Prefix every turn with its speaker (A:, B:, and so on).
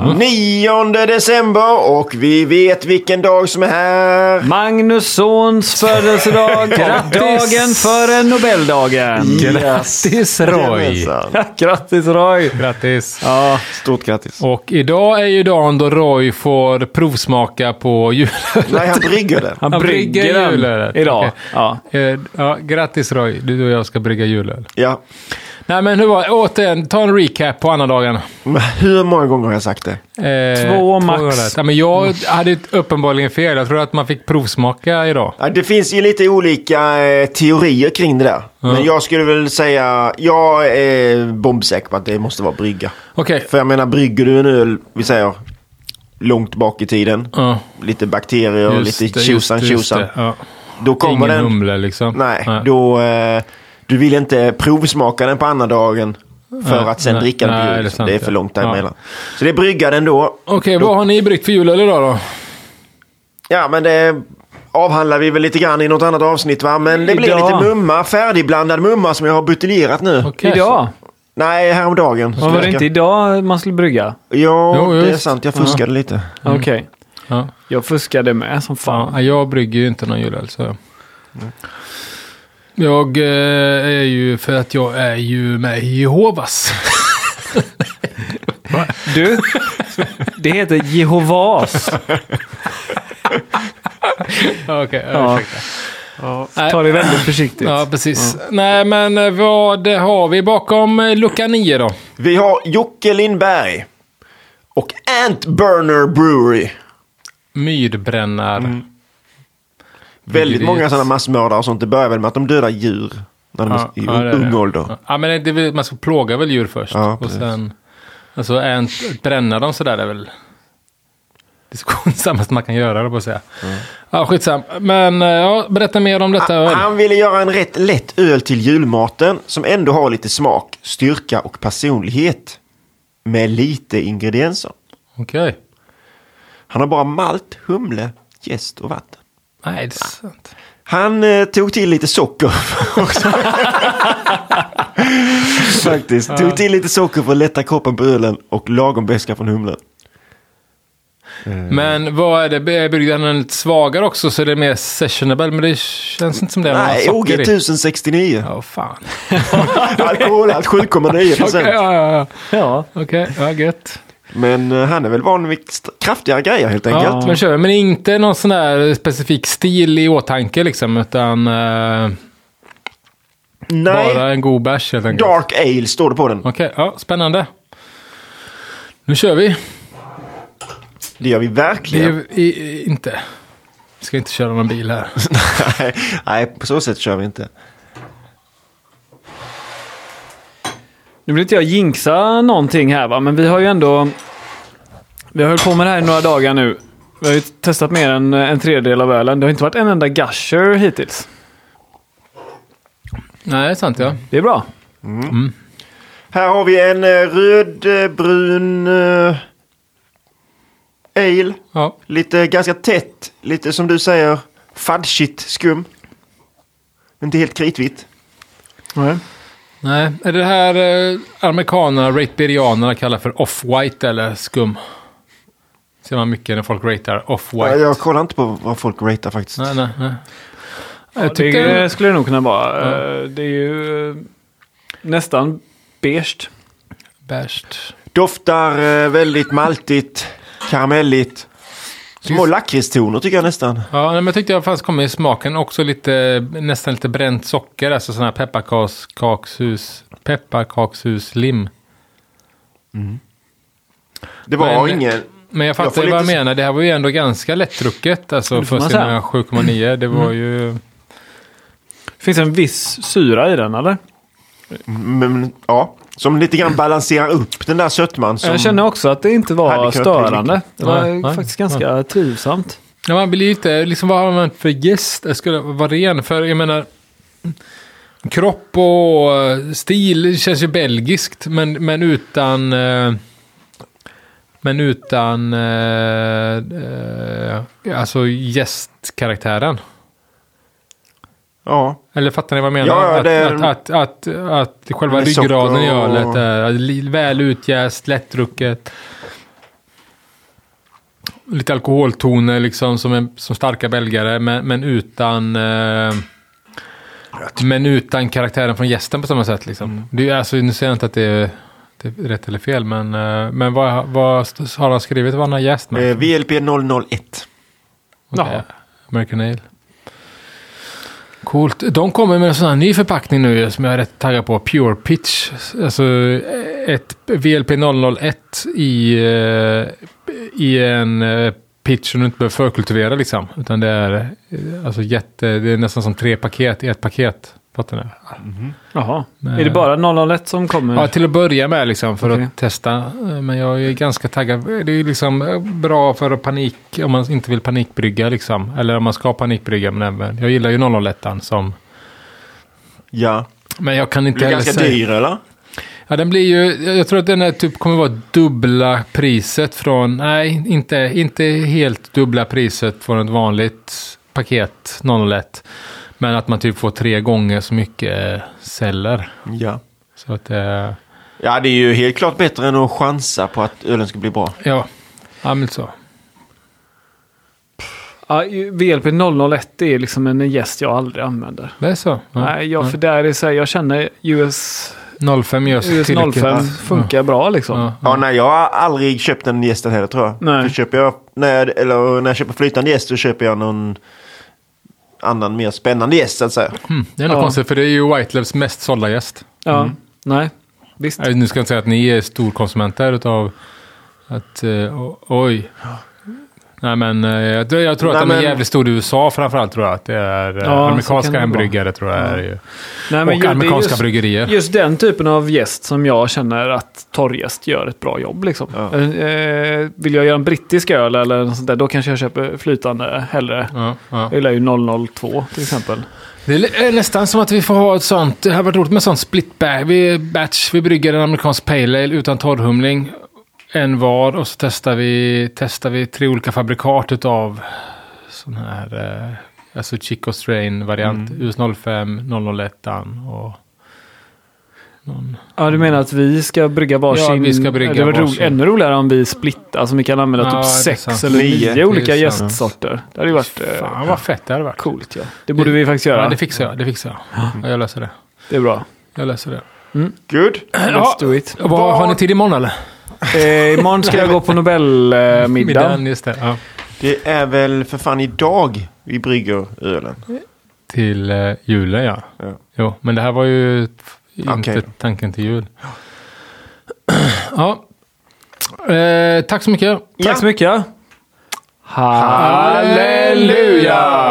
A: 9 december och vi vet vilken dag som är här.
B: Magnussons födelsedag. Dagen före Nobeldagen.
C: Grattis Roy!
A: Jajamensan.
B: Grattis Roy!
C: Grattis!
B: Ja,
A: Stort grattis.
C: Och idag är ju dagen då Roy får provsmaka på julen.
A: Nej, han brygger den.
B: han,
C: Han brygger
B: brygger den
C: julölet.
B: idag.
C: Okej.
B: Ja.
C: Eh, Ja, grattis Roy, du och jag ska brygga julöl.
A: Ja.
C: Nej men hur var Återigen, ta en recap på annandagen.
A: Men hur många gånger har jag sagt det?
C: Eh,
B: Två max.
C: gånger. Ja, men jag hade ju uppenbarligen fel. Jag trodde att man fick provsmaka idag.
A: Ja, Det finns ju lite olika eh, teorier kring det där. Men jag skulle väl säga, jag är bombsäker på att det måste vara brygga.
C: Okej.
A: För jag menar, brygger du en öl, vi säger, långt bak i tiden.
C: Ja,
A: Lite bakterier och
C: just
A: lite
C: det, just
A: tjosan
C: det, just
A: tjosan.
C: det. Ja.
A: Då kommer
C: Ingen
A: den.
C: humle liksom.
A: Nej, då... Eh, du vill inte provsmaka den på andra dagen för
C: Nej,
A: att sen
C: nej,
A: dricka den
C: nej,
A: på
C: det är
A: julen.
C: sant,
A: det är
C: ja.
A: för långt
C: Ja.
A: däremellan. Så det är brygga den då.
C: Okej, vad har ni bryggt för julöl idag då?
A: Ja, men det avhandlar vi väl lite grann i något annat avsnitt va? Men det blir
B: Idag.
A: lite mumma, färdigblandad mumma som jag har buteljerat nu.
C: Okej.
B: Idag?
A: Nej, häromdagen.
B: Var det inte idag man skulle brygga?
A: Ja,
C: Jo,
A: det är
C: just.
A: sant. Jag fuskade lite.
B: Okej.
C: Ja.
B: Jag fuskade med som fan.
C: Mm. Ja, jag brygger ju inte någon julöl. Så. Jag eh, är ju, för att jag är ju med i Jehovas.
B: Du, det heter Jehovas.
C: Okej, okay,
B: Ja. Ta det väldigt försiktigt.
C: Ja, precis. Nej, men eh, vad har vi bakom eh, lucka nio då?
A: Vi har Jocke Lindberg och Antburner Brewery.
C: Myrdbrännare.
A: Väldigt
C: Vilket-
A: många sådana massmördare och sånt. Det börjar väl med att de dödar djur när de är i
C: det är
A: ung
C: det.
A: ålder.
C: Ja, men det är väl, man ska plåga väl djur först.
A: Ja,
C: och
A: precis.
C: sen, alltså, är en, att bränna dem sådär är väl det skonsammaste man kan göra, det på att säga.
A: Mm.
C: Ja, skitsam. Men eh, ja, berätta mer om detta öl.
A: Han ville göra en rätt lätt öl till julmaten som ändå har lite smak, styrka och personlighet. Med lite ingredienser.
C: Okej.
A: Han har bara malt, humle, jäst och vatten.
C: Nej, det är sant.
A: Han eh, tog till lite socker. också. Faktiskt. Tog till lite socker för att lätta kroppen på ölen och lagom beska från humlen.
C: Men vad är det? By- Bryggde han den lite svagare också så är det mer sessionable? Men det känns inte som det. är någon
A: Nej, typ. OG
C: socker i.
A: 1069.
C: Ja, fan.
A: Alkoholhalt 7,9
C: Okej,
A: procent.
C: ja, ja,
B: Ja.
C: ja. Okej, ja, gött.
A: Men eh, han är väl van vid st- kraftigare grejer helt enkelt.
C: Ja, men kör. Men inte någon sån där specifik stil i åtanke liksom, utan eh,
A: Nej,
C: bara en god bärs helt enkelt.
A: Dark Ale står det på den.
C: Okej, ja, spännande. Nu kör vi.
A: Det gör vi
C: Det
A: verkligen.
C: är i, i, inte. Vi ska inte köra någon bil här.
A: Nej, Nej, på så sätt kör vi inte.
B: Nu vill inte jag jinxa någonting här va, men vi har ju ändå... Vi har hållit på med det här i några dagar nu. Vi har ju testat mer än en tredjedel av ölen. Det har inte varit en enda gusher hittills.
C: Nej, det är sant ja.
B: Det är bra.
A: Här har vi en eh, rödbrun eh, ale.
C: ja.
A: Lite ganska tätt, lite som du säger fadchigt skum. Inte helt kritvitt.
B: Nej.
C: Nej, är det här eh, amerikanerna, rateberianerna kallar för off-white eller skum? Ser man mycket när folk ratear
A: Ja,
C: off-white.
A: Jag kollar inte på vad folk ratear faktiskt.
C: Nej, nej, nej.
B: Jag tycker det skulle det nog kunna vara. Eh, Det är ju eh, nästan beige.
C: Bärst.
A: Doftar eh, väldigt maltigt, karamelligt. Små lakritstoner tycker jag nästan.
C: Ja, nej, men jag tyckte jag fanns komma i smaken också lite, nästan lite bränt socker, alltså sån här pepparkakshus, pepparkakshuslim.
A: Det var
C: Men-
A: ingen...
C: Men jag
A: Jag får
C: fattar ju vad jag
A: lite-
C: menar, det här var ju ändå ganska lättdrucket, alltså
B: Det får man
C: först
B: säga. Mm.
C: med 7,9, det var ju...
B: Finns en viss syra i den eller?
A: Men, ja, som lite grann balanserar upp den där sötman som...
B: Jag känner också att det inte
A: Hade
B: var
A: kunnat bli
B: störande. Det var
C: Nej, nej,
B: faktiskt ganska trivsamt.
C: Ja, man blir ju inte, liksom vad har man för gäst? Jag skulle vara ren, för jag menar... Kropp och eh, stil känns ju belgiskt, men, men utan... eh, Men utan... eh, eh, Alltså gästkaraktären.
A: Ja.
C: Eller fattar ni vad jag menar?
A: Ja, ja,
C: att,
A: det är-
C: att, att, att, att själva
A: Med socker
C: ryggraden i
A: och-
C: ölet är li- väl utjäst, lättdrucket. lite alkoholtoner liksom som, en, som starka belgare men, men utan... Eh, men utan karaktären från gästen på samma sätt liksom.
A: Mm.
C: Det är, ju- alltså, nu säger jag inte att det är, det är rätt eller fel men, eh, men vad, vad har han skrivit vad han har jäst med?
A: Eh, VLP 001.
C: Okej.
B: Jaha.
C: American Ale. Coolt. De kommer med en sån här ny förpackning nu ju, som jag är rätt taggad på. Pure Pitch. Alltså ett VLP 001 i, eh, i en eh, pitch som du inte behöver förkultivera liksom. Utan det är, eh, alltså jätte, det är nästan som tre paket i ett paket. Fattar ni?
B: Jaha.
C: Nej.
B: Är det bara 001 som kommer?
C: Ja, till att börja med liksom för
B: Okej.
C: att testa. Men jag är ganska taggad. Det är ju liksom bra för att panik, om man inte vill panikbrygga liksom. Eller om man ska panikbrygga. Men även, jag gillar ju 001 som...
A: Ja.
C: Men jag kan inte
A: Blir ganska
C: säga-
A: dyr eller?
C: Ja, den blir ju... Jag tror att den här typ kommer vara dubbla priset från... Nej, inte, inte helt dubbla priset från ett vanligt paket 001. Men att man typ får tre gånger så mycket eh, celler.
A: Ja.
C: Så att eh, det...
A: Ja, det är ju helt klart bättre än att chansa på att ölen ska bli bra.
C: Ja, ja men så.
B: Ja, ju- VLP 001 är liksom en gäst jag aldrig använder.
C: Det är så. Ja.
B: Nej, jag, för där är så här, jag känner US,
C: 05 görs
B: US 05 funkar bra liksom.
C: Alltså, Ja.
A: Ja, nej, jag har aldrig köpt den gästen heller tror jag.
B: Nej.
A: Då köper jag, när jag, eller när jag köper flytande gäst så köper jag någon annan mer spännande gäst så att säga.
C: Mm. Det är nog
B: Ja.
C: konstigt för det är ju Whitelevs mest sålda gäst.
B: Ja, nej. Visst.
C: Mm. Nej, Nu ska jag inte säga att ni är storkonsumenter utav att... eh, o- oj. Nej men eh, jag, tror- jag tror
A: Nej,
C: att den är
A: men-
C: jävligt stor i USA framförallt tror jag. Att det är eh,
B: så kan det
C: amerikanska
B: vara.
C: hembryggare tror jag är ju.
B: Nej, men
C: och
B: ju- det är
C: amerikanska
B: just,
C: bryggerier.
B: just den typen av gäst som jag känner att torrgäst gör ett bra jobb. Liksom.
A: Ja.
B: Eh, vill jag göra en brittisk öl eller något sånt där, då kanske jag köper flytande hellre.
C: Ja, ja.
B: Jag gillar ju 002 till exempel.
C: Det är nästan som att vi får ha ett sånt. Det hade varit roligt med ett sånt split ba- vi batch. Vi brygger en amerikansk pale ale utan torrhumling. En var och så testar vi, testar vi tre olika fabrikat utav sån här eh, alltså Chico Strain variant. US 05, 001 och...
B: Ja, du menar att vi ska brygga varsin?
C: Ja, vi ska brygga
B: det var roligt,
C: varsin.
B: ännu roligare om vi splittar så vi kan använda
C: Ja,
B: typ
C: det är
B: sex
C: sant.
B: eller
A: Nio,
B: nio,
A: det är
B: olika
C: sant.
B: gästsorter. Det hade ju varit eh,
C: Fan vad fett det hade varit.
B: coolt. Ja. Det borde vi faktiskt göra.
C: Ja, det
B: det,
C: fixar jag. Det fixar jag. Ja, jag löser det.
B: är bra.
C: Jag löser det.
A: Good.
B: Let's do it.
C: Vad, har ni tid imorgon eller?
B: Eh, imorgon ska jag gå på Nobelmiddag. Eh, middag.
C: Middagen, just det. Ja.
A: Det är väl för fan idag vi brygger ölen.
C: Till eh, julen ja.
A: Ja.
C: Jo, men det här var ju t- inte
A: Okej då.
C: tanken till jul. Ja. Eh, tack så mycket.
B: Tack så mycket. Halleluja!
C: Halleluja!